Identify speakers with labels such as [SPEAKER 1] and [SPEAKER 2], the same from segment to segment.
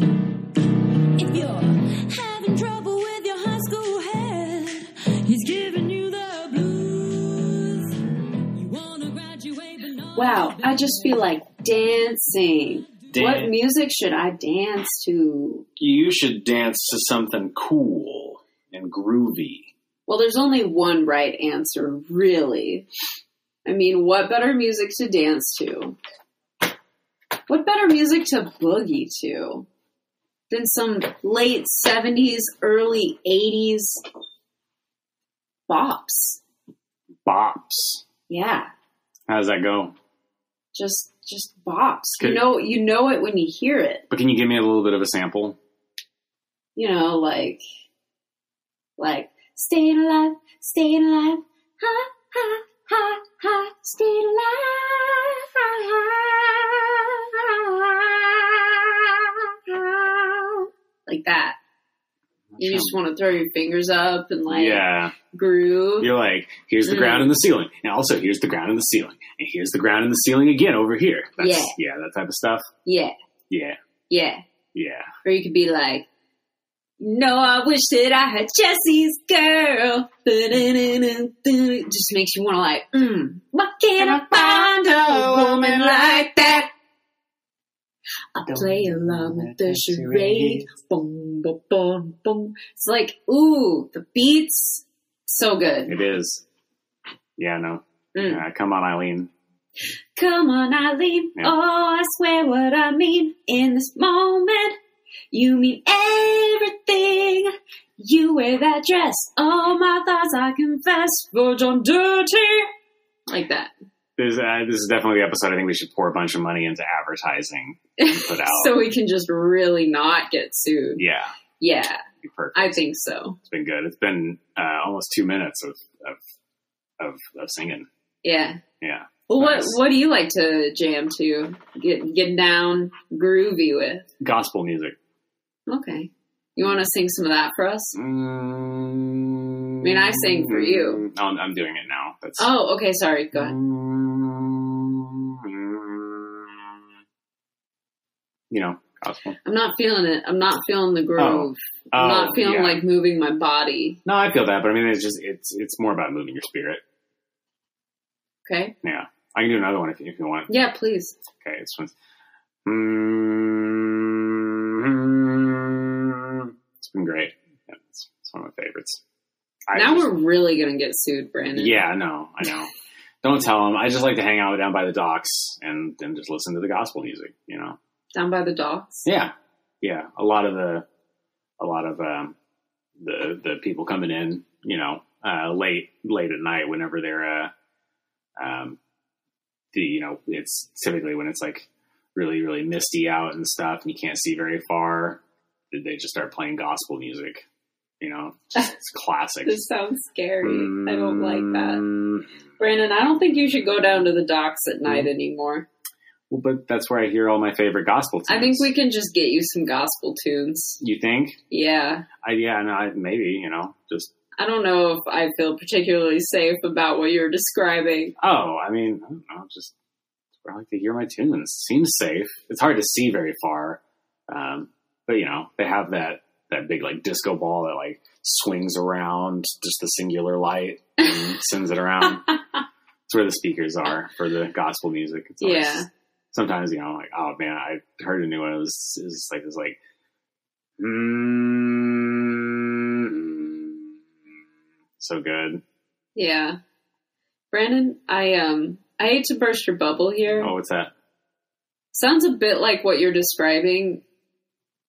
[SPEAKER 1] If you're having trouble with your high school head, he's giving you the blues. You wanna graduate, but not
[SPEAKER 2] Wow, I just feel like dancing. What
[SPEAKER 3] Dan-
[SPEAKER 2] music should I dance to?
[SPEAKER 3] You should dance to something cool and groovy.
[SPEAKER 2] Well, there's only one right answer, really. I mean, what better music to dance to? What better music to boogie to than some late 70s, early 80s bops?
[SPEAKER 3] Bops.
[SPEAKER 2] Yeah,
[SPEAKER 3] How's that go?
[SPEAKER 2] just just bops. You
[SPEAKER 3] Okay.
[SPEAKER 2] know, you know it when you hear it.
[SPEAKER 3] But can you give me a little bit of a sample?
[SPEAKER 2] you know, like, like, staying alive, staying alive, ha, ha, ha, ha, staying alive. Like that. You just want to throw your fingers up and like
[SPEAKER 3] yeah.
[SPEAKER 2] groove.
[SPEAKER 3] You're like, here's the ground and the ceiling. And also, here's the ground and the ceiling. And here's the ground and the ceiling again over here. That's,
[SPEAKER 2] Yeah.
[SPEAKER 3] Yeah, that type of stuff.
[SPEAKER 2] Yeah,
[SPEAKER 3] Yeah.
[SPEAKER 2] yeah.
[SPEAKER 3] Yeah.
[SPEAKER 2] Or you could be like, no, I wish that I had Jesse's girl. Just makes you want to like, mm, why can't I find a woman like that? I play along with the charade. Boom, boom, boom, boom. It's like, ooh, the beats, so good.
[SPEAKER 3] It is. Yeah, no.
[SPEAKER 2] Mm.
[SPEAKER 3] Yeah, come on, Eileen.
[SPEAKER 2] Come on, Eileen.
[SPEAKER 3] Yeah.
[SPEAKER 2] Oh, I swear what I mean in this moment. You mean everything. You wear that dress. All my thoughts I confess. Virgin dirty. Like that.
[SPEAKER 3] This, uh, this is definitely the episode I think we should pour a bunch of money into advertising and put out.
[SPEAKER 2] So we can just really not get sued.
[SPEAKER 3] yeah,
[SPEAKER 2] Yeah,
[SPEAKER 3] be perfect.
[SPEAKER 2] I think so.
[SPEAKER 3] It's been good. It's been uh, almost two minutes of, of of of singing.
[SPEAKER 2] Yeah.
[SPEAKER 3] Yeah.
[SPEAKER 2] Well, what
[SPEAKER 3] Nice.
[SPEAKER 2] what do you like to jam to? Get get down groovy with.
[SPEAKER 3] Gospel music.
[SPEAKER 2] Okay. You want to sing some of that for us?
[SPEAKER 3] Mm, I
[SPEAKER 2] mean, I sing for you.
[SPEAKER 3] Oh, I'm, I'm doing it now. That's,
[SPEAKER 2] Oh, okay. Sorry. Go ahead.
[SPEAKER 3] You know, gospel.
[SPEAKER 2] I'm not feeling it. I'm not feeling the groove. I'm
[SPEAKER 3] Mm-hmm. Oh,
[SPEAKER 2] not feeling
[SPEAKER 3] yeah.
[SPEAKER 2] like moving my body.
[SPEAKER 3] No, I feel that, but I mean, it's just it's it's more about moving your spirit.
[SPEAKER 2] Okay.
[SPEAKER 3] Yeah, I can do another one if, if you want.
[SPEAKER 2] Yeah, please.
[SPEAKER 3] Okay, this one's. Mm, It's been great. Yeah, it's, it's one of my favorites. I
[SPEAKER 2] now
[SPEAKER 3] just-
[SPEAKER 2] we're really gonna get sued, Brandon.
[SPEAKER 3] Yeah, I know. I know. Don't tell them. I just like to hang out down by the docks and and just listen to the gospel music. You know.
[SPEAKER 2] Down by the docks.
[SPEAKER 3] Yeah, yeah. A lot of the, a lot of um, the the people coming in, you know, uh, late late at night whenever they're, uh, um, the you know, it's typically when it's like really really misty out and stuff, and you can't see very far. They just start playing gospel music. You know, Just- it's classic.
[SPEAKER 2] This sounds scary. I don't like that.
[SPEAKER 3] Mm,
[SPEAKER 2] Brandon, I don't think you should go down to the docks at
[SPEAKER 3] Hmm.
[SPEAKER 2] night anymore.
[SPEAKER 3] Well, but that's where I hear all my favorite gospel. Tunes.
[SPEAKER 2] I think we can just get you some gospel tunes.
[SPEAKER 3] You think?
[SPEAKER 2] Yeah.
[SPEAKER 3] I yeah. No, I, maybe you know just.
[SPEAKER 2] I don't know if I feel particularly safe about what you're describing.
[SPEAKER 3] Oh, I mean, I don't know. Just I like to hear my tunes. Seems safe. It's hard to see very far, um, but you know they have that that big like disco ball that like swings around just the singular light and sends it around. It's where the speakers are for the gospel music. It's always-
[SPEAKER 2] Yeah.
[SPEAKER 3] Sometimes you know, like oh man, I heard a new one. It was, it was just like it was like. mm-hmm. Mm, so good.
[SPEAKER 2] Yeah. Brandon, I um I hate to burst your bubble here.
[SPEAKER 3] Oh, what's that?
[SPEAKER 2] Sounds a bit like what you're describing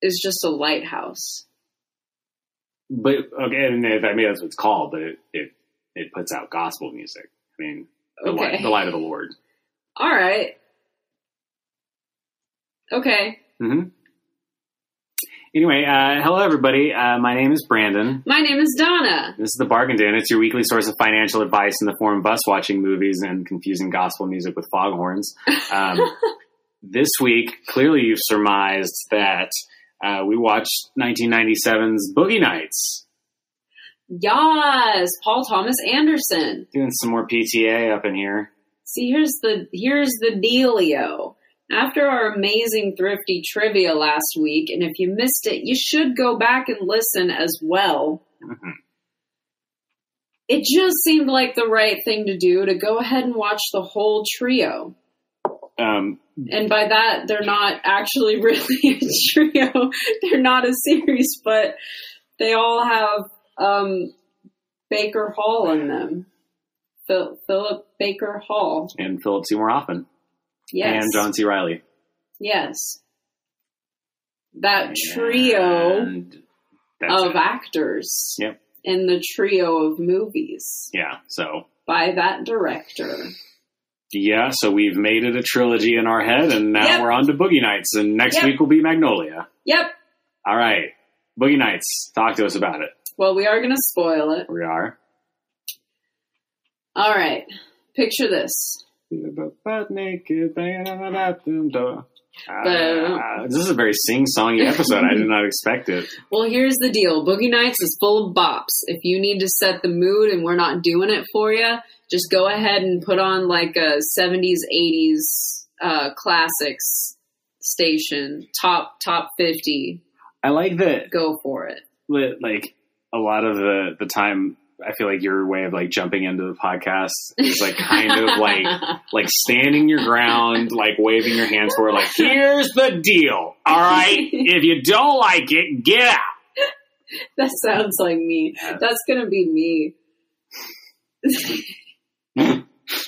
[SPEAKER 2] is just a lighthouse.
[SPEAKER 3] But okay, and if, I mean that's what it's called, but it it, it puts out gospel music. I mean, the, light,
[SPEAKER 2] Okay.
[SPEAKER 3] the light of the Lord.
[SPEAKER 2] All right. Okay.
[SPEAKER 3] hmm Anyway, uh, hello everybody. Uh, my name is Brandon.
[SPEAKER 2] My name is Donna.
[SPEAKER 3] This is the Bargain Den. It's your weekly source of financial advice in the form of us watching movies and confusing gospel music with foghorns. Um, this week, clearly you've surmised that uh, we watched 1997's Boogie Nights,
[SPEAKER 2] Yes, Paul Thomas Anderson.
[SPEAKER 3] doing some more PTA up in here.
[SPEAKER 2] See, here's the here's the dealio. After our amazing thrifty trivia last week, and if you missed it, you should go back and listen as well.
[SPEAKER 3] Mhm.
[SPEAKER 2] It just seemed like the right thing to do to go ahead and watch the whole trio.
[SPEAKER 3] Um,
[SPEAKER 2] And by that, they're not actually really a trio. they're not a series, but they all have um, Baker Hall in them. Phil- Philip Baker Hall.
[SPEAKER 3] and Philip Seymour Hoffman
[SPEAKER 2] Yes.
[SPEAKER 3] and John C. Riley.
[SPEAKER 2] Yes. That trio
[SPEAKER 3] And that's
[SPEAKER 2] of
[SPEAKER 3] it.
[SPEAKER 2] actors
[SPEAKER 3] Yep.
[SPEAKER 2] in the trio of movies
[SPEAKER 3] Yeah. So
[SPEAKER 2] by that director.
[SPEAKER 3] yeah, so we've made it a trilogy in our head, and now
[SPEAKER 2] Yep.
[SPEAKER 3] we're on to Boogie Nights, and next
[SPEAKER 2] Yep.
[SPEAKER 3] week will be Magnolia.
[SPEAKER 2] Yep.
[SPEAKER 3] All right, Boogie Nights. Talk to us about it.
[SPEAKER 2] Well, we are going to spoil it.
[SPEAKER 3] We are.
[SPEAKER 2] All right. Picture this.
[SPEAKER 3] We were both butt naked, banging on the bathroom door.
[SPEAKER 2] Boom.
[SPEAKER 3] Ah, this is a very sing-songy episode. I did not expect it.
[SPEAKER 2] Well, here's the deal. Boogie Nights is full of bops. If you need to set the mood and we're not doing it for you, just go ahead and put on like a 70s, 80s uh, classics station, top top 50.
[SPEAKER 3] I like that
[SPEAKER 2] Go for it.
[SPEAKER 3] li- like a lot of the the time I feel like your way of like jumping into the podcast is like kind of like like standing your ground, like waving your hands for like here's the deal. All right, if you don't like it, get out.
[SPEAKER 2] that sounds like me. That's gonna be me.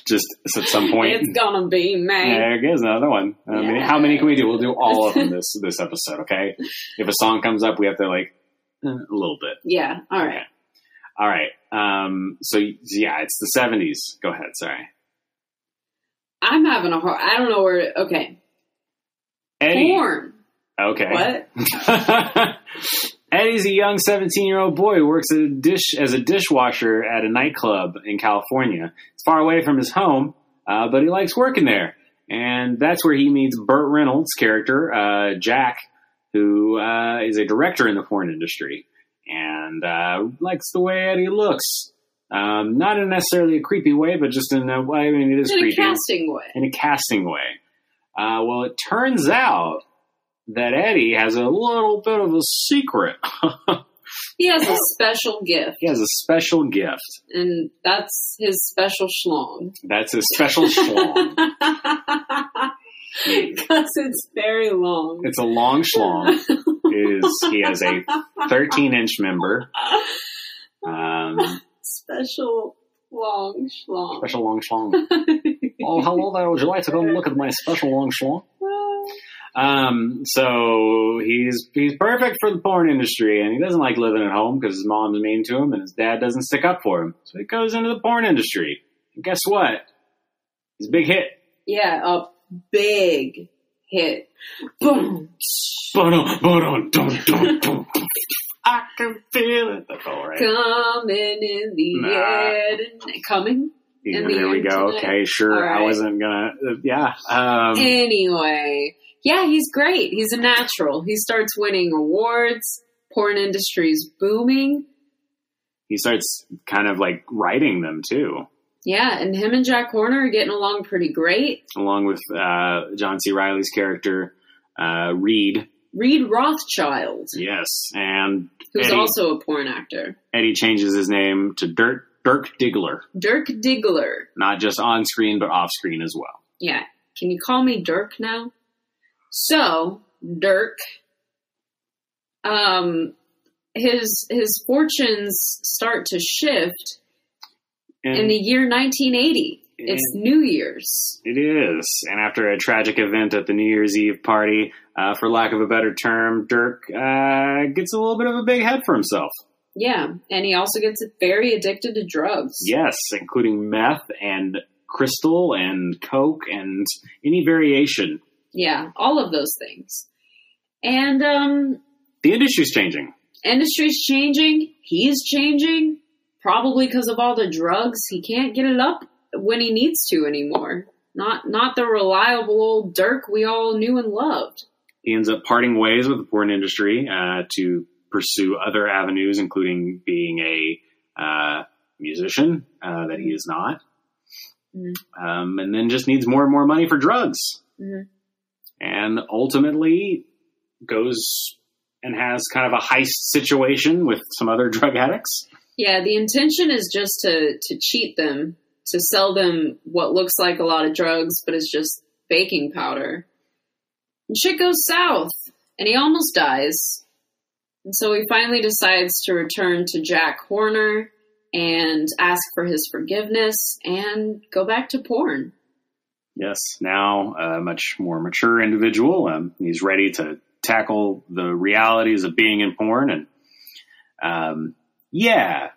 [SPEAKER 3] Just so at some point.
[SPEAKER 2] It's gonna be me.
[SPEAKER 3] there goes another one. I mean, how many can we do? We'll do all of them this this episode, okay? If a song comes up, we have to like eh, a little bit.
[SPEAKER 2] Yeah. All right.
[SPEAKER 3] All right. Um. So yeah, it's the seventies. Go ahead. Sorry.
[SPEAKER 2] I'm having a hard. I don't know where. Okay.
[SPEAKER 3] Eddie.
[SPEAKER 2] Porn.
[SPEAKER 3] Okay.
[SPEAKER 2] What?
[SPEAKER 3] Eddie's a young 17 year old boy who works at a dish, as a dishwasher at a nightclub in California. It's far away from his home, uh, but he likes working there. And that's where he meets Burt Reynolds' character, uh, Jack, who uh, is a director in the porn industry and uh, likes the way Eddie looks. Um, not in necessarily a creepy way, but just in a way, I mean, it is
[SPEAKER 2] In a
[SPEAKER 3] creepy
[SPEAKER 2] casting way.
[SPEAKER 3] in a casting way. Uh, well, it turns out that Eddie has a little bit of a secret.
[SPEAKER 2] He has a special gift.
[SPEAKER 3] he has a special gift.
[SPEAKER 2] and that's his special schlong.
[SPEAKER 3] That's his special schlong.
[SPEAKER 2] Because it's very long.
[SPEAKER 3] It's a long schlong. It is he has a 13 inch member. Um,
[SPEAKER 2] Special long schlong.
[SPEAKER 3] special long schlong. Oh, hello there. Would you like to go look at my special long schlong? Um, so he's he's perfect for the porn industry, and he doesn't like living at home because his mom's mean to him and his dad doesn't stick up for him. So he goes into the porn industry. And guess what? He's a big hit.
[SPEAKER 2] Yeah, a big hit. Boom.
[SPEAKER 3] Ba-dum, ba-dum, dum, dum, dum, dum. I can feel it. That's all right.
[SPEAKER 2] Coming in the
[SPEAKER 3] Nah.
[SPEAKER 2] air. tonight. Coming?
[SPEAKER 3] Yeah,
[SPEAKER 2] in the
[SPEAKER 3] there we go.
[SPEAKER 2] internet.
[SPEAKER 3] Okay, sure.
[SPEAKER 2] All right.
[SPEAKER 3] I wasn't gonna. Uh, yeah. Um,
[SPEAKER 2] Anyway. Yeah, he's great. He's a natural. He starts winning awards. Porn industry's booming.
[SPEAKER 3] he starts kind of like writing them too,
[SPEAKER 2] Yeah, and him and Jack Horner are getting along pretty great.
[SPEAKER 3] along with uh, John C. Riley's character uh, Reed.
[SPEAKER 2] Reed Rothschild,
[SPEAKER 3] Yes, and
[SPEAKER 2] who's
[SPEAKER 3] Eddie-
[SPEAKER 2] also a porn actor.
[SPEAKER 3] Eddie changes his name to Dirk Dirk Diggler,
[SPEAKER 2] Dirk Diggler.
[SPEAKER 3] not just on screen but off screen as well.
[SPEAKER 2] Yeah. Can you call me Dirk now? So, Dirk um his his fortunes start to shift
[SPEAKER 3] And
[SPEAKER 2] in the year 1980. It's New Year's.
[SPEAKER 3] it is. And after a tragic event at the New Year's Eve party, uh, for lack of a better term, Dirk uh, gets a little bit of a big head for himself.
[SPEAKER 2] Yeah, and he also gets very addicted to drugs.
[SPEAKER 3] Yes, including meth and crystal and coke and any variation.
[SPEAKER 2] Yeah, all of those things. And um
[SPEAKER 3] The industry's changing.
[SPEAKER 2] industry's changing. He's changing, probably because of all the drugs. He can't get it up when he needs to anymore. Not not the reliable old Dirk we all knew and loved.
[SPEAKER 3] He ends up parting ways with the porn industry uh, to pursue other avenues, including being a uh, musician uh, that he is not,
[SPEAKER 2] Mhm.
[SPEAKER 3] um, and then just needs more and more money for drugs,
[SPEAKER 2] Mhm.
[SPEAKER 3] and ultimately goes and has kind of a heist situation with some other drug addicts.
[SPEAKER 2] Yeah, the intention is just to to cheat them, to sell them what looks like a lot of drugs, but it's just baking powder. And shit goes south, and he almost dies. And so he finally decides to return to Jack Horner and ask for his forgiveness and go back to porn.
[SPEAKER 3] Yes, now a much more mature individual. Um, he's ready to tackle the realities of being in porn, and um, yeah,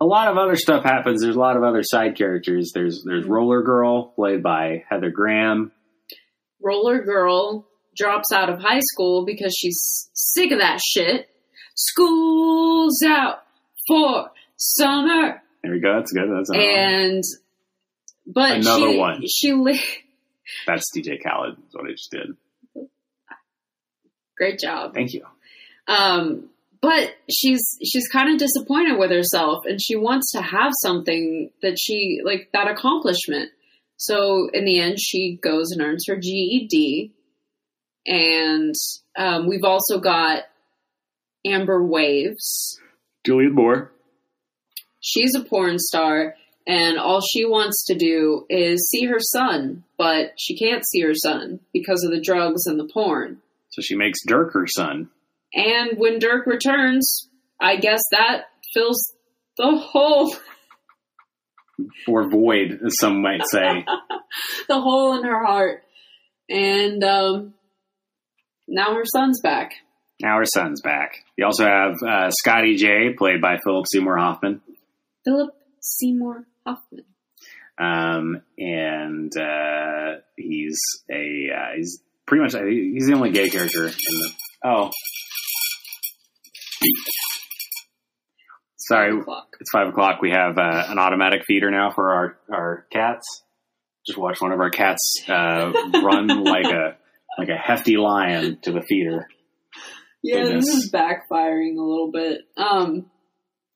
[SPEAKER 3] a lot of other stuff happens. There's a lot of other side characters. There's there's Roller Girl, played by Heather Graham.
[SPEAKER 2] Roller Girl drops out of high school because she's sick of that shit. School's out for summer.
[SPEAKER 3] There we go. That's good. That's uh,
[SPEAKER 2] and but
[SPEAKER 3] Another
[SPEAKER 2] she,
[SPEAKER 3] one.
[SPEAKER 2] she li-
[SPEAKER 3] that's DJ Khaled. Is what I just did.
[SPEAKER 2] great job
[SPEAKER 3] Thank you.
[SPEAKER 2] um but she's she's kind of disappointed with herself and she wants to have something that she like that accomplishment so in the end she goes and earns her ged and um, we've also got amber waves
[SPEAKER 3] Julian Moore.
[SPEAKER 2] she's a porn star and all she wants to do is see her son but she can't see her son because of the drugs and the porn
[SPEAKER 3] So she makes Dirk her son.
[SPEAKER 2] and when dirk returns i guess that fills the hole
[SPEAKER 3] Or void, as some might say.
[SPEAKER 2] the hole in her heart and um, now her son's back
[SPEAKER 3] now her son's back. You also have uh, Scotty J, played by Philip Seymour Hoffman.
[SPEAKER 2] philip seymour hoffman
[SPEAKER 3] um, and uh, he's a uh, he's pretty much he's the only gay character in the oh sorry
[SPEAKER 2] Clock.
[SPEAKER 3] it's five o'clock we have uh, an automatic feeder now for our our cats just watch one of our cats uh, run like a like a hefty lion to the feeder
[SPEAKER 2] yeah
[SPEAKER 3] Goodness.
[SPEAKER 2] this is backfiring a little bit um,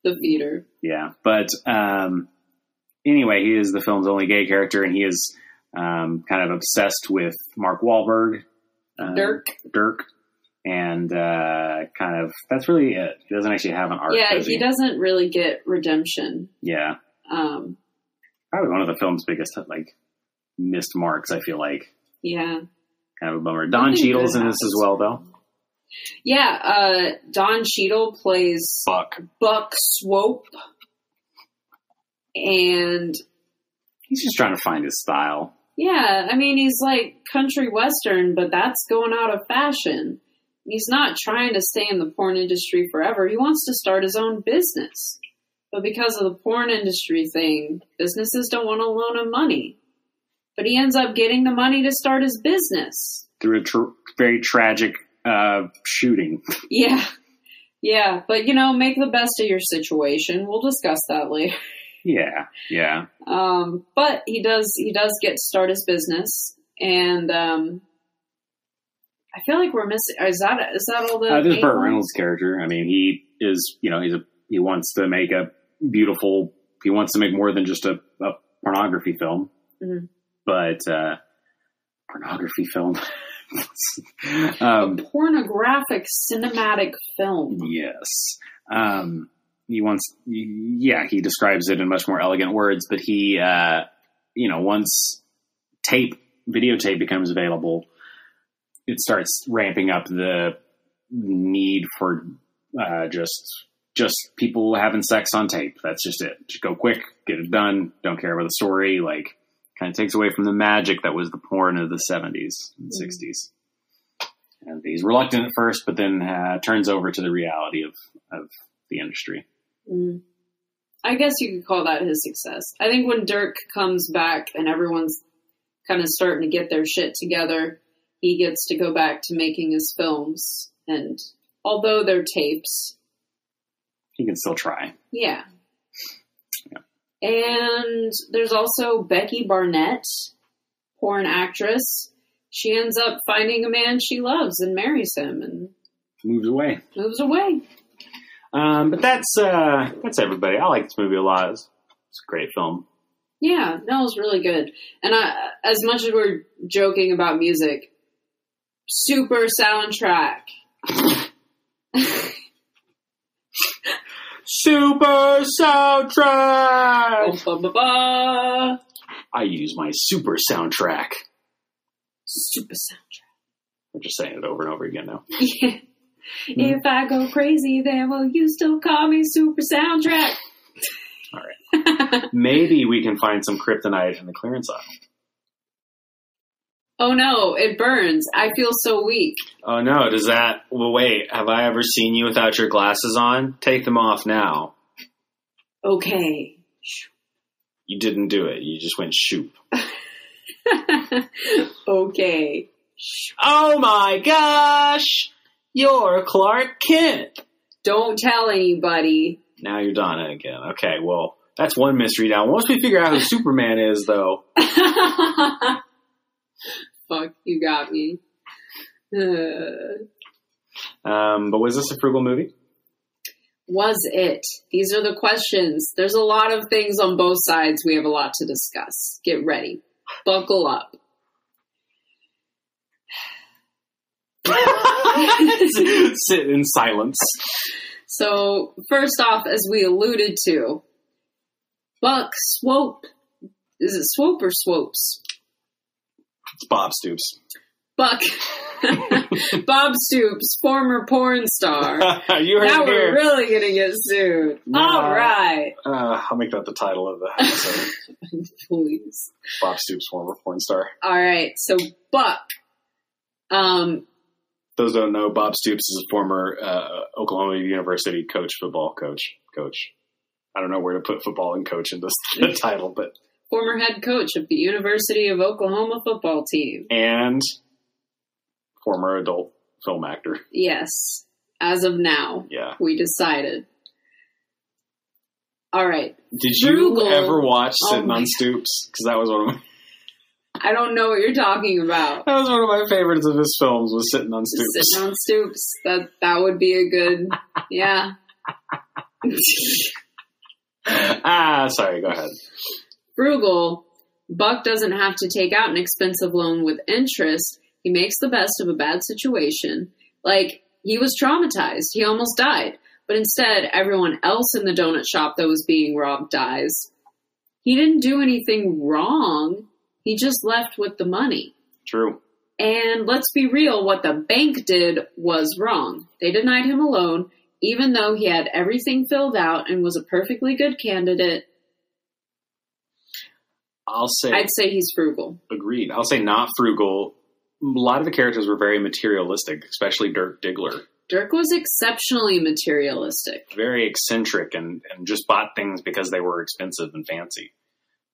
[SPEAKER 2] the feeder
[SPEAKER 3] Yeah, but um, anyway, he is the film's only gay character, and he is um, kind of obsessed with Mark Wahlberg, uh,
[SPEAKER 2] dirk
[SPEAKER 3] Dirk, and uh, kind of that's really it. He doesn't actually have an arc.
[SPEAKER 2] yeah
[SPEAKER 3] does
[SPEAKER 2] he doesn't really get redemption
[SPEAKER 3] Yeah,
[SPEAKER 2] Um,
[SPEAKER 3] probably one of the film's biggest like missed marks. I feel like
[SPEAKER 2] yeah.
[SPEAKER 3] kind of a bummer. Don
[SPEAKER 2] Nothing
[SPEAKER 3] Cheadle's
[SPEAKER 2] good
[SPEAKER 3] in this as
[SPEAKER 2] happens.
[SPEAKER 3] well, though.
[SPEAKER 2] Yeah, uh, Don Cheadle plays
[SPEAKER 3] Fuck,
[SPEAKER 2] Buck Swope. And
[SPEAKER 3] he's just trying to find his style.
[SPEAKER 2] yeah, I mean, he's like country western, but that's going out of fashion. He's not trying to stay in the porn industry forever. He wants to start his own business. But because of the porn industry thing, businesses don't want to loan him money. But he ends up getting the money to start his business.
[SPEAKER 3] Through a tr- very tragic uh, shooting.
[SPEAKER 2] Yeah. Yeah, but you know, make the best of your situation. We'll discuss that later.
[SPEAKER 3] yeah, yeah.
[SPEAKER 2] Um, but he does he does get to start his business and um I feel like we're missing is that is that all the
[SPEAKER 3] Uh, this
[SPEAKER 2] main
[SPEAKER 3] Burt
[SPEAKER 2] ones?
[SPEAKER 3] Reynolds character. I mean, he is, you know, he's a he wants to make a beautiful. He wants to make more than just a, a pornography film,
[SPEAKER 2] Mhm.
[SPEAKER 3] but uh, pornography film.
[SPEAKER 2] A
[SPEAKER 3] um,
[SPEAKER 2] pornographic cinematic film.
[SPEAKER 3] yes, um, he wants. Yeah, he describes it in much more elegant words, but he, uh, you know, once tape videotape becomes available, it starts ramping up the need for uh, just just people having sex on tape. That's just it. Just go quick, get it done. Don't care about the story. Like, kind of takes away from the magic that was the porn of the seventies and
[SPEAKER 2] Mhm.
[SPEAKER 3] sixties. And he's reluctant at first, but then uh, turns over to the reality of of the industry.
[SPEAKER 2] Mm. I guess you could call that his success. I think when Dirk comes back and everyone's kind of starting to get their shit together, he gets to go back to making his films. And although they're tapes,
[SPEAKER 3] He can still try.
[SPEAKER 2] yeah. And there's also Becky Barnett, porn actress. she ends up finding a man she loves and marries him and
[SPEAKER 3] moves away.
[SPEAKER 2] moves away.
[SPEAKER 3] Um, but that's uh, that's everybody. I like this movie a lot. It's, it's a great film.
[SPEAKER 2] Yeah, no, it was really good. And I, as much as we're joking about music, super soundtrack.
[SPEAKER 3] Super soundtrack.
[SPEAKER 2] Ba, ba, ba.
[SPEAKER 3] I use my super soundtrack.
[SPEAKER 2] Super soundtrack.
[SPEAKER 3] I'm just saying it over and over again now.
[SPEAKER 2] Yeah. If I go crazy, then will you still call me super soundtrack?
[SPEAKER 3] All right. Maybe we can find some kryptonite in the clearance aisle.
[SPEAKER 2] Oh no, it burns. I feel so weak.
[SPEAKER 3] Oh no, does that well wait, have I ever seen you without your glasses on? Take them off now.
[SPEAKER 2] Okay.
[SPEAKER 3] You didn't do it. You just went shoop.
[SPEAKER 2] okay.
[SPEAKER 3] Oh my gosh! You're Clark Kent.
[SPEAKER 2] Don't tell anybody.
[SPEAKER 3] Now you're Donna again. Okay, well, that's one mystery down. Once we figure out who Superman is though,
[SPEAKER 2] Fuck, you got me. Uh,
[SPEAKER 3] um, but was this a frugal movie?
[SPEAKER 2] was it? These are the questions. There's a lot of things on both sides. We have a lot to discuss. Get ready. Buckle up.
[SPEAKER 3] Sit in silence.
[SPEAKER 2] So, first off, as we alluded to, Buck Swope. Is it Swope or Swopes?
[SPEAKER 3] It's Bob Stoops.
[SPEAKER 2] Buck. Bob Stoops, former porn star.
[SPEAKER 3] you heard
[SPEAKER 2] now
[SPEAKER 3] it
[SPEAKER 2] we're
[SPEAKER 3] here.
[SPEAKER 2] really going to get sued.
[SPEAKER 3] No.
[SPEAKER 2] All right.
[SPEAKER 3] uh, I'll make that the title of the episode.
[SPEAKER 2] Please.
[SPEAKER 3] Bob Stoops, former porn star.
[SPEAKER 2] All right. So, Buck. Um,
[SPEAKER 3] those who don't know, Bob Stoops is a former uh, Oklahoma University coach, football coach, coach. I don't know where to put football and coach in this the title, but
[SPEAKER 2] former head coach of the University of Oklahoma football team.
[SPEAKER 3] and former adult film actor.
[SPEAKER 2] Yes. As of now,
[SPEAKER 3] Yeah.
[SPEAKER 2] we decided. All right.
[SPEAKER 3] Did you
[SPEAKER 2] Frugal.
[SPEAKER 3] ever watch
[SPEAKER 2] Oh
[SPEAKER 3] Sitting
[SPEAKER 2] my
[SPEAKER 3] on
[SPEAKER 2] God.
[SPEAKER 3] Stoops? Because that was one of my,
[SPEAKER 2] I don't know what you're talking about.
[SPEAKER 3] that was one of my favorites of his films was Sitting on
[SPEAKER 2] Just
[SPEAKER 3] Stoops.
[SPEAKER 2] sitting on stoops. That that would be a good yeah.
[SPEAKER 3] ah, sorry. Go ahead.
[SPEAKER 2] Frugal. Buck doesn't have to take out an expensive loan with interest. He makes the best of a bad situation. Like he was traumatized. He almost died. But instead, everyone else in the donut shop that was being robbed dies. He didn't do anything wrong. He just left with the money.
[SPEAKER 3] True.
[SPEAKER 2] And let's be real, what the bank did was wrong. They denied him a loan, even though he had everything filled out and was a perfectly good candidate.
[SPEAKER 3] I'll say
[SPEAKER 2] I'd say he's frugal.
[SPEAKER 3] agreed. I'll say not frugal. A lot of the characters were very materialistic, especially Dirk Diggler.
[SPEAKER 2] Dirk was exceptionally materialistic.
[SPEAKER 3] very eccentric and, and just bought things because they were expensive and fancy.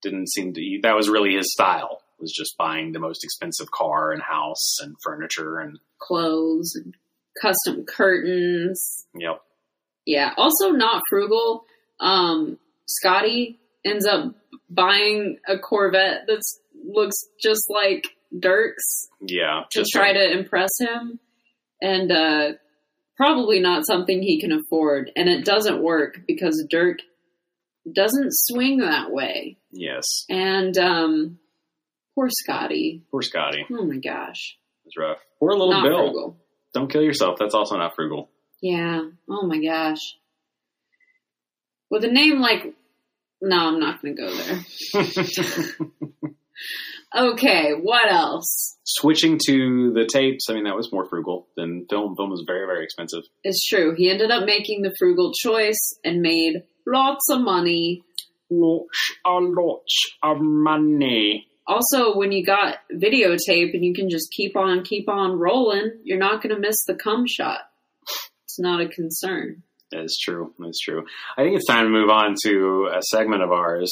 [SPEAKER 3] Didn't seem to that was really his style was just buying the most expensive car and house and furniture and
[SPEAKER 2] Clothes, and custom curtains.
[SPEAKER 3] you know
[SPEAKER 2] Yeah, also not frugal. Um, Scotty ends up buying a Corvette that looks just like Dirk's.
[SPEAKER 3] yeah
[SPEAKER 2] to try to impress him and uh probably not something he can afford and it doesn't work because dirk doesn't swing that way
[SPEAKER 3] yes
[SPEAKER 2] and um poor scotty
[SPEAKER 3] poor Scotty
[SPEAKER 2] oh my gosh
[SPEAKER 3] it's rough poor little
[SPEAKER 2] not
[SPEAKER 3] Bill
[SPEAKER 2] frugal
[SPEAKER 3] don't kill yourself that's also not frugal
[SPEAKER 2] yeah oh my gosh with a name like no i'm not gonna go there okay what else
[SPEAKER 3] switching to the tapes I mean that was more frugal than film film was very very expensive
[SPEAKER 2] it's true he ended up making the frugal choice and made lots of money
[SPEAKER 3] lots a lot of money
[SPEAKER 2] also when you got videotape and you can just keep on keep on rolling you're not going to miss the cum shot it's not a concern
[SPEAKER 3] That's true. That's true. I think it's time to move on to a segment of ours.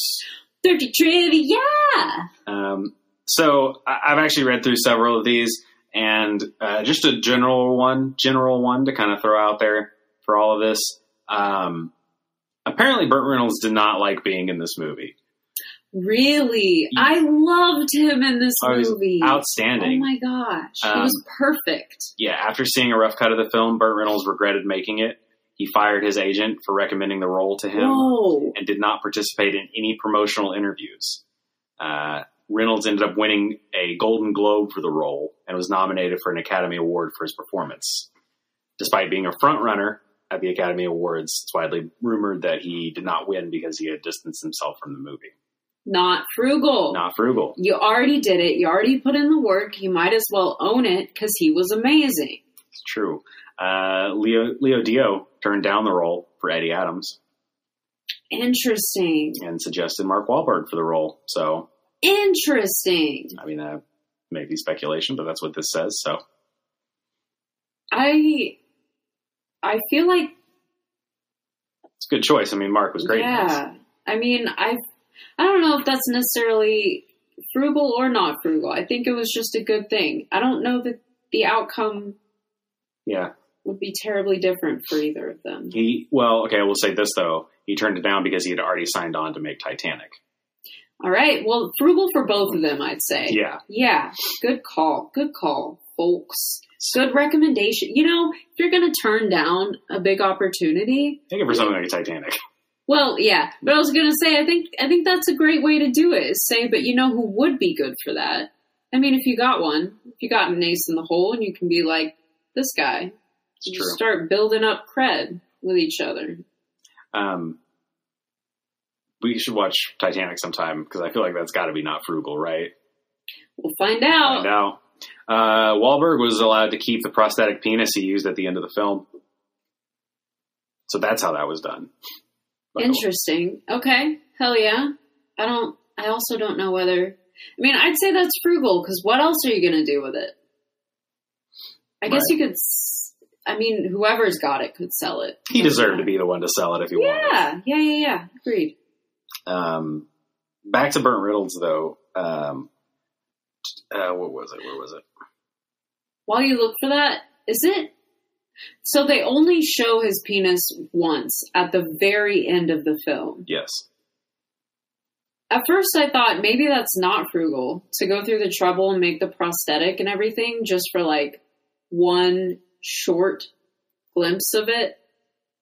[SPEAKER 2] dirty trivia
[SPEAKER 3] Um, so I- I've actually read through several of these, and uh, just a general one, general one to kind of throw out there for all of this. Um, apparently, Burt Reynolds did not like being in this movie.
[SPEAKER 2] Really, I loved him in this
[SPEAKER 3] Oh, he's
[SPEAKER 2] movie. Oh
[SPEAKER 3] Outstanding.
[SPEAKER 2] my gosh, he
[SPEAKER 3] Um,
[SPEAKER 2] was perfect.
[SPEAKER 3] yeah, after seeing a rough cut of the film, Burt Reynolds regretted making it. He fired his agent for recommending the role to him
[SPEAKER 2] Whoa,
[SPEAKER 3] and did not participate in any promotional interviews. Uh, Reynolds ended up winning a Golden Globe for the role and was nominated for an Academy Award for his performance. Despite being a frontrunner at the Academy Awards, it's widely rumored that he did not win because he had distanced himself from the movie.
[SPEAKER 2] not frugal.
[SPEAKER 3] Not frugal.
[SPEAKER 2] You already did it. You already put in the work. You might as well own it because he was amazing.
[SPEAKER 3] It's true. Uh, Leo, Leo Dio turned down the role for Eddie Adams
[SPEAKER 2] Interesting.
[SPEAKER 3] and suggested Mark Wahlberg for the role. So,
[SPEAKER 2] Interesting.
[SPEAKER 3] I mean, that may be speculation, but that's what this says. So,
[SPEAKER 2] I I feel like
[SPEAKER 3] it's a good choice. I mean, Mark was great. in this.
[SPEAKER 2] yeah. I mean, I I don't know if that's necessarily frugal or not frugal. I think it was just a good thing. I don't know that the outcome
[SPEAKER 3] Yeah.
[SPEAKER 2] would be terribly different for either of them.
[SPEAKER 3] He well, okay, we'll say this though. He turned it down because he had already signed on to make Titanic.
[SPEAKER 2] All right. Well, frugal for both of them, I'd say.
[SPEAKER 3] Yeah.
[SPEAKER 2] Yeah. Good call. Good call, folks. Good recommendation. You know, if you're going to turn down a big opportunity,
[SPEAKER 3] Take it for something like Titanic.
[SPEAKER 2] well, yeah. But I was going to say, I think I think that's a great way to do it. Is say, but you know who would be good for that? I mean, if you got one, if you got an ace in the hole, and you can be like this guy,
[SPEAKER 3] It's
[SPEAKER 2] you
[SPEAKER 3] true.
[SPEAKER 2] start building up cred with each other.
[SPEAKER 3] Um we should watch Titanic sometime because I feel like that's got to be not frugal, right?
[SPEAKER 2] We'll find out.
[SPEAKER 3] Find out. Uh, Wahlberg was allowed to keep the prosthetic penis he used at the end of the film, so that's how that was done. By the way.
[SPEAKER 2] Interesting. Okay. Hell yeah. I don't. I also don't know whether. I mean, I'd say that's frugal because what else are you going to do with it? I guess you
[SPEAKER 3] Right.
[SPEAKER 2] could. s- I mean, whoever's got it could sell it.
[SPEAKER 3] He deserved to be the one to sell it if he wanted.
[SPEAKER 2] Yeah. Yeah. Yeah. Yeah. Agreed.
[SPEAKER 3] Um, back to Burnt Riddles though. Um, uh, what was it? Where was it?
[SPEAKER 2] While you look for that, is it? So they only show his penis once at the very end of the film.
[SPEAKER 3] Yes.
[SPEAKER 2] At first, I thought maybe that's not frugal to go through the trouble and make the prosthetic and everything just for like one short glimpse of it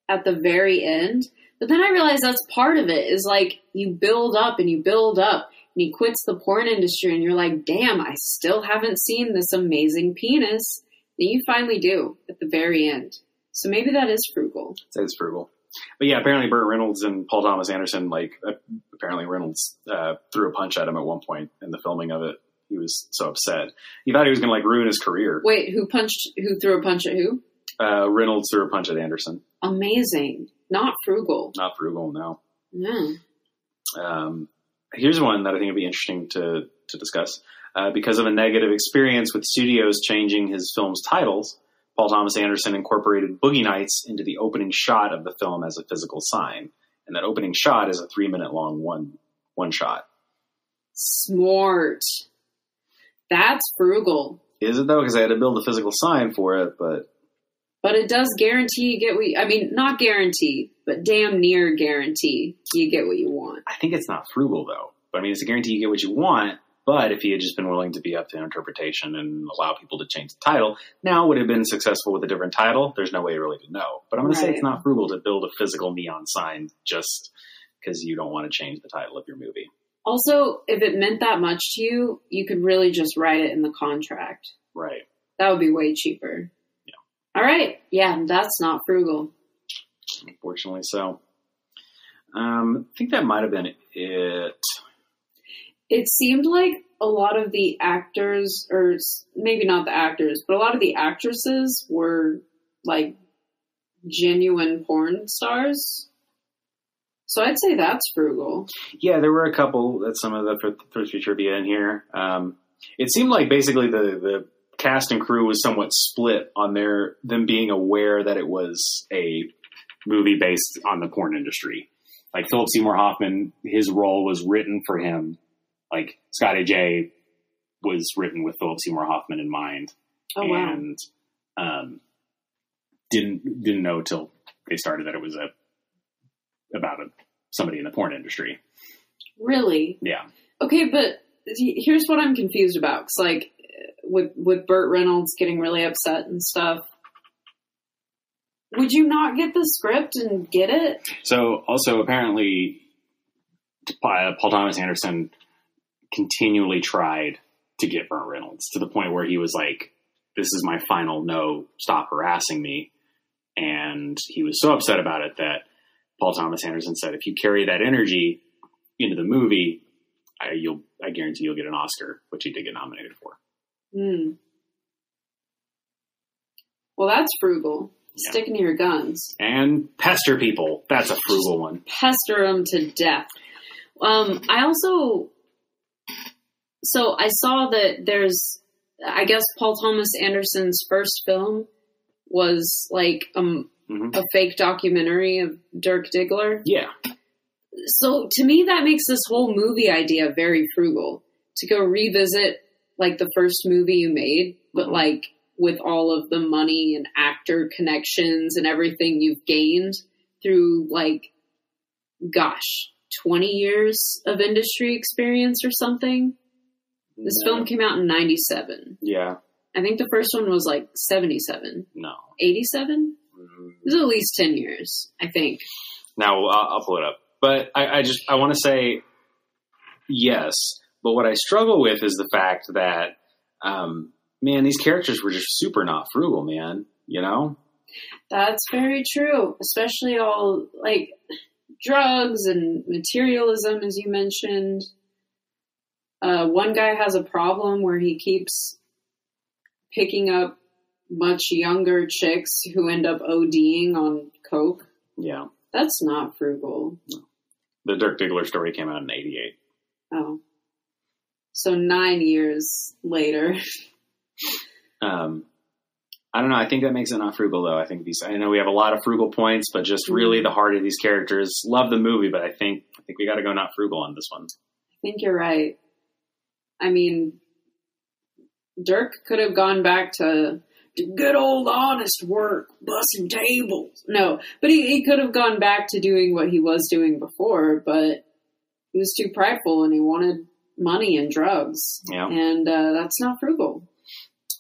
[SPEAKER 2] at the very end. But then I realized that's part of it is like you build up and you build up and he quits the porn industry and you're like, damn, I still haven't seen this amazing penis. And you finally do at the very end. So maybe that is frugal.
[SPEAKER 3] Say it's frugal. But yeah, apparently Burt Reynolds and Paul Thomas Anderson, like uh, apparently Reynolds uh, threw a punch at him at one point in the filming of it. He was so upset. He thought he was going to like ruin his career.
[SPEAKER 2] Wait, who punched, who threw a punch at who?
[SPEAKER 3] Uh, Reynolds threw a punch at Anderson.
[SPEAKER 2] Amazing. Not frugal.
[SPEAKER 3] Not frugal, no.
[SPEAKER 2] Yeah.
[SPEAKER 3] Um, here's one that I think would be interesting to to discuss. Uh, because of a negative experience with studios changing his film's titles, Paul Thomas Anderson incorporated Boogie Nights into the opening shot of the film as a physical sign, and that opening shot is a three minute long one one shot.
[SPEAKER 2] Smart. That's frugal.
[SPEAKER 3] Is it though? Because I had to build a physical sign for it, but
[SPEAKER 2] But it does guarantee you get what you, I mean, not guarantee, but damn near guarantee you get what you want.
[SPEAKER 3] I think it's not frugal though. But I mean, it's a guarantee you get what you want. But if he had just been willing to be up to interpretation and allow people to change the title, now would it have been successful with a different title. There's no way really to know. But I'm going to say
[SPEAKER 2] Right.
[SPEAKER 3] it's not frugal to build a physical neon sign just because you don't want to change the title of your movie.
[SPEAKER 2] Also, if it meant that much to you, you could really just write it in the contract.
[SPEAKER 3] Right.
[SPEAKER 2] That would be way cheaper. Yeah. All right. Yeah, that's not frugal.
[SPEAKER 3] Unfortunately, so. Um, I think that might have been it.
[SPEAKER 2] It seemed like a lot of the actors, or s- maybe not the actors, but a lot of the actresses were like genuine porn stars. So I'd say that's frugal.
[SPEAKER 3] Yeah, there were a couple. That's some of the thr- thrifty trivia in here. Um, it seemed like basically the the cast and crew was somewhat split on their them being aware that it was a movie based on the porn industry. Like Philip Seymour Hoffman, his role was written for him. Like Scotty J was written with Philip Seymour Hoffman in mind
[SPEAKER 2] Oh, wow.
[SPEAKER 3] and um, didn't didn't know till they started that it was a about a, somebody in the porn industry.
[SPEAKER 2] Really?
[SPEAKER 3] Yeah.
[SPEAKER 2] Okay, but he- here's what I'm confused about. 'cause, like, with with Burt Reynolds getting really upset and stuff, would you not get the script and get it?
[SPEAKER 3] So also apparently, Pa- Paul Thomas Anderson continually tried to get Burt Reynolds to the point where he was like, "This is my final no. Stop harassing me." And he was so upset about it that Paul Thomas Anderson said, "If you carry that energy into the movie, I, you'll I guarantee you'll get an Oscar," which he did get nominated for.
[SPEAKER 2] Hmm. Well, that's frugal.
[SPEAKER 3] Yeah.
[SPEAKER 2] Sticking to your guns.
[SPEAKER 3] And pester people. That's a frugal one.
[SPEAKER 2] pester him to death. Um, I also, so I saw that there's, I guess Paul Thomas Anderson's first film was like um,
[SPEAKER 3] Mhm.
[SPEAKER 2] a fake documentary of Dirk Diggler.
[SPEAKER 3] Yeah.
[SPEAKER 2] So to me, that makes this whole movie idea very frugal to go revisit like the first movie you made, but
[SPEAKER 3] Mhm.
[SPEAKER 2] like with all of the money and actor connections and everything you've gained through like, gosh, 20 years of industry experience or something. This film came out in 97.
[SPEAKER 3] Yeah.
[SPEAKER 2] I think the first one was like 77,
[SPEAKER 3] No. Mm-hmm.
[SPEAKER 2] 87? It was at least 10 years, I think.
[SPEAKER 3] Now I'll, I'll pull it up. But I, I just I want to say yes. But what I struggle with is the fact that um, man, these characters were just super not frugal, man. You know,
[SPEAKER 2] That's very true, especially all like drugs and materialism, as you mentioned. Uh, one guy has a problem where he keeps picking up much younger chicks who end up ODing on coke.
[SPEAKER 3] yeah.
[SPEAKER 2] That's not frugal.
[SPEAKER 3] The Dirk Diggler story came out in '88.
[SPEAKER 2] Oh. So nine years later.
[SPEAKER 3] Um, I don't know. I think that makes it not frugal, though. I think these. I know we have a lot of frugal points, but just really the heart of these characters. Love the movie, but I think I think we got to go not frugal on this one.
[SPEAKER 2] I think you're right. I mean, Dirk could have gone back to to good old honest work, bussing tables. No, but he, he could have gone back to doing what he was doing before, but he was too prideful and he wanted money and drugs.
[SPEAKER 3] Yeah.
[SPEAKER 2] And uh, that's not frugal.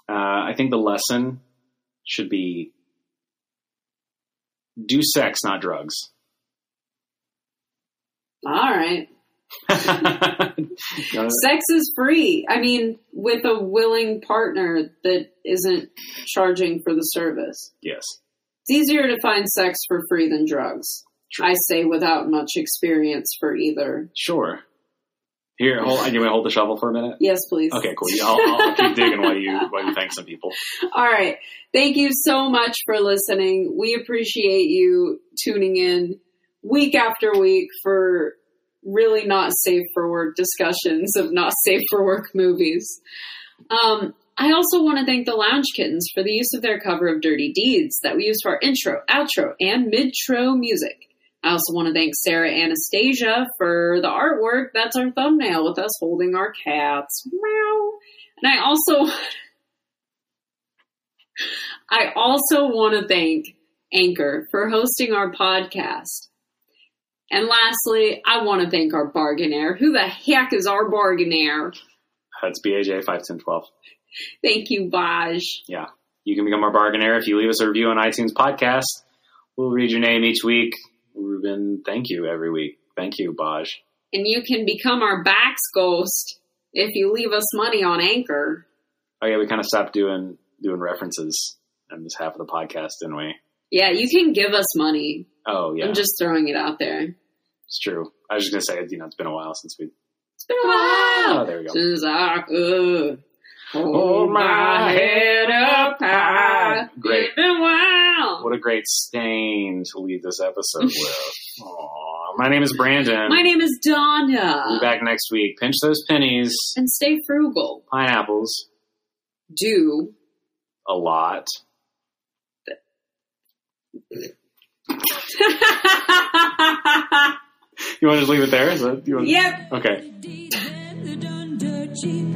[SPEAKER 3] Uh, I think the lesson should be do sex, not drugs.
[SPEAKER 2] All right.
[SPEAKER 3] No,
[SPEAKER 2] Sex is free. I mean, with a willing partner that isn't charging for the service.
[SPEAKER 3] yes.
[SPEAKER 2] It's easier to find sex for free than drugs.
[SPEAKER 3] True.
[SPEAKER 2] I say without much experience for either.
[SPEAKER 3] Sure. Here, hold. You want to hold the shovel for a minute?
[SPEAKER 2] Yes, please.
[SPEAKER 3] Okay, cool. Yeah, I'll, I'll keep digging while you while you thank some people.
[SPEAKER 2] All right. Thank you so much for listening. We appreciate you tuning in week after week for really not safe for work discussions of not safe for work movies. Um, I also want to thank the Lounge Kittens for the use of their cover of Dirty Deeds that we use for our intro, outro, and mid-tro music. I also want to thank Sarah Anastasia for the artwork. That's our thumbnail with us holding our cats. Meow. And I also I also want to thank Anchor for hosting our podcast. And lastly, I want to thank our bargainaire. Who the heck is our bargainaire?
[SPEAKER 3] That's BAJ five ten twelve.
[SPEAKER 2] Thank you, Baj.
[SPEAKER 3] Yeah, you can become our bargainer if you leave us a review on iTunes podcast. We'll read your name each week. Ruben, thank you every week. Thank you, Baj.
[SPEAKER 2] And you can become our Bax ghost if you leave us money on Anchor.
[SPEAKER 3] Oh yeah, we kind of stopped doing doing references in this half of the podcast, didn't we?
[SPEAKER 2] Yeah, you can give us money.
[SPEAKER 3] Oh yeah,
[SPEAKER 2] I'm just throwing it out there. It's
[SPEAKER 3] it's true. I was just gonna say, you know, it's been a while since we.
[SPEAKER 2] been a while
[SPEAKER 3] Oh, there we go.
[SPEAKER 2] since I could Ah, hold my head up high.
[SPEAKER 3] Great.
[SPEAKER 2] It's been a while.
[SPEAKER 3] What a great stain to leave this episode with. Aw, my name is Brandon.
[SPEAKER 2] My name is
[SPEAKER 3] We'll be
[SPEAKER 2] Donna.
[SPEAKER 3] back next week. Pinch those pennies,
[SPEAKER 2] And stay frugal.
[SPEAKER 3] pineapples,
[SPEAKER 2] Do.
[SPEAKER 3] a lot.
[SPEAKER 2] yep.
[SPEAKER 3] You want to just leave it there? Is that, you want, Okay.
[SPEAKER 1] Dirty deeds that are done dirt cheap.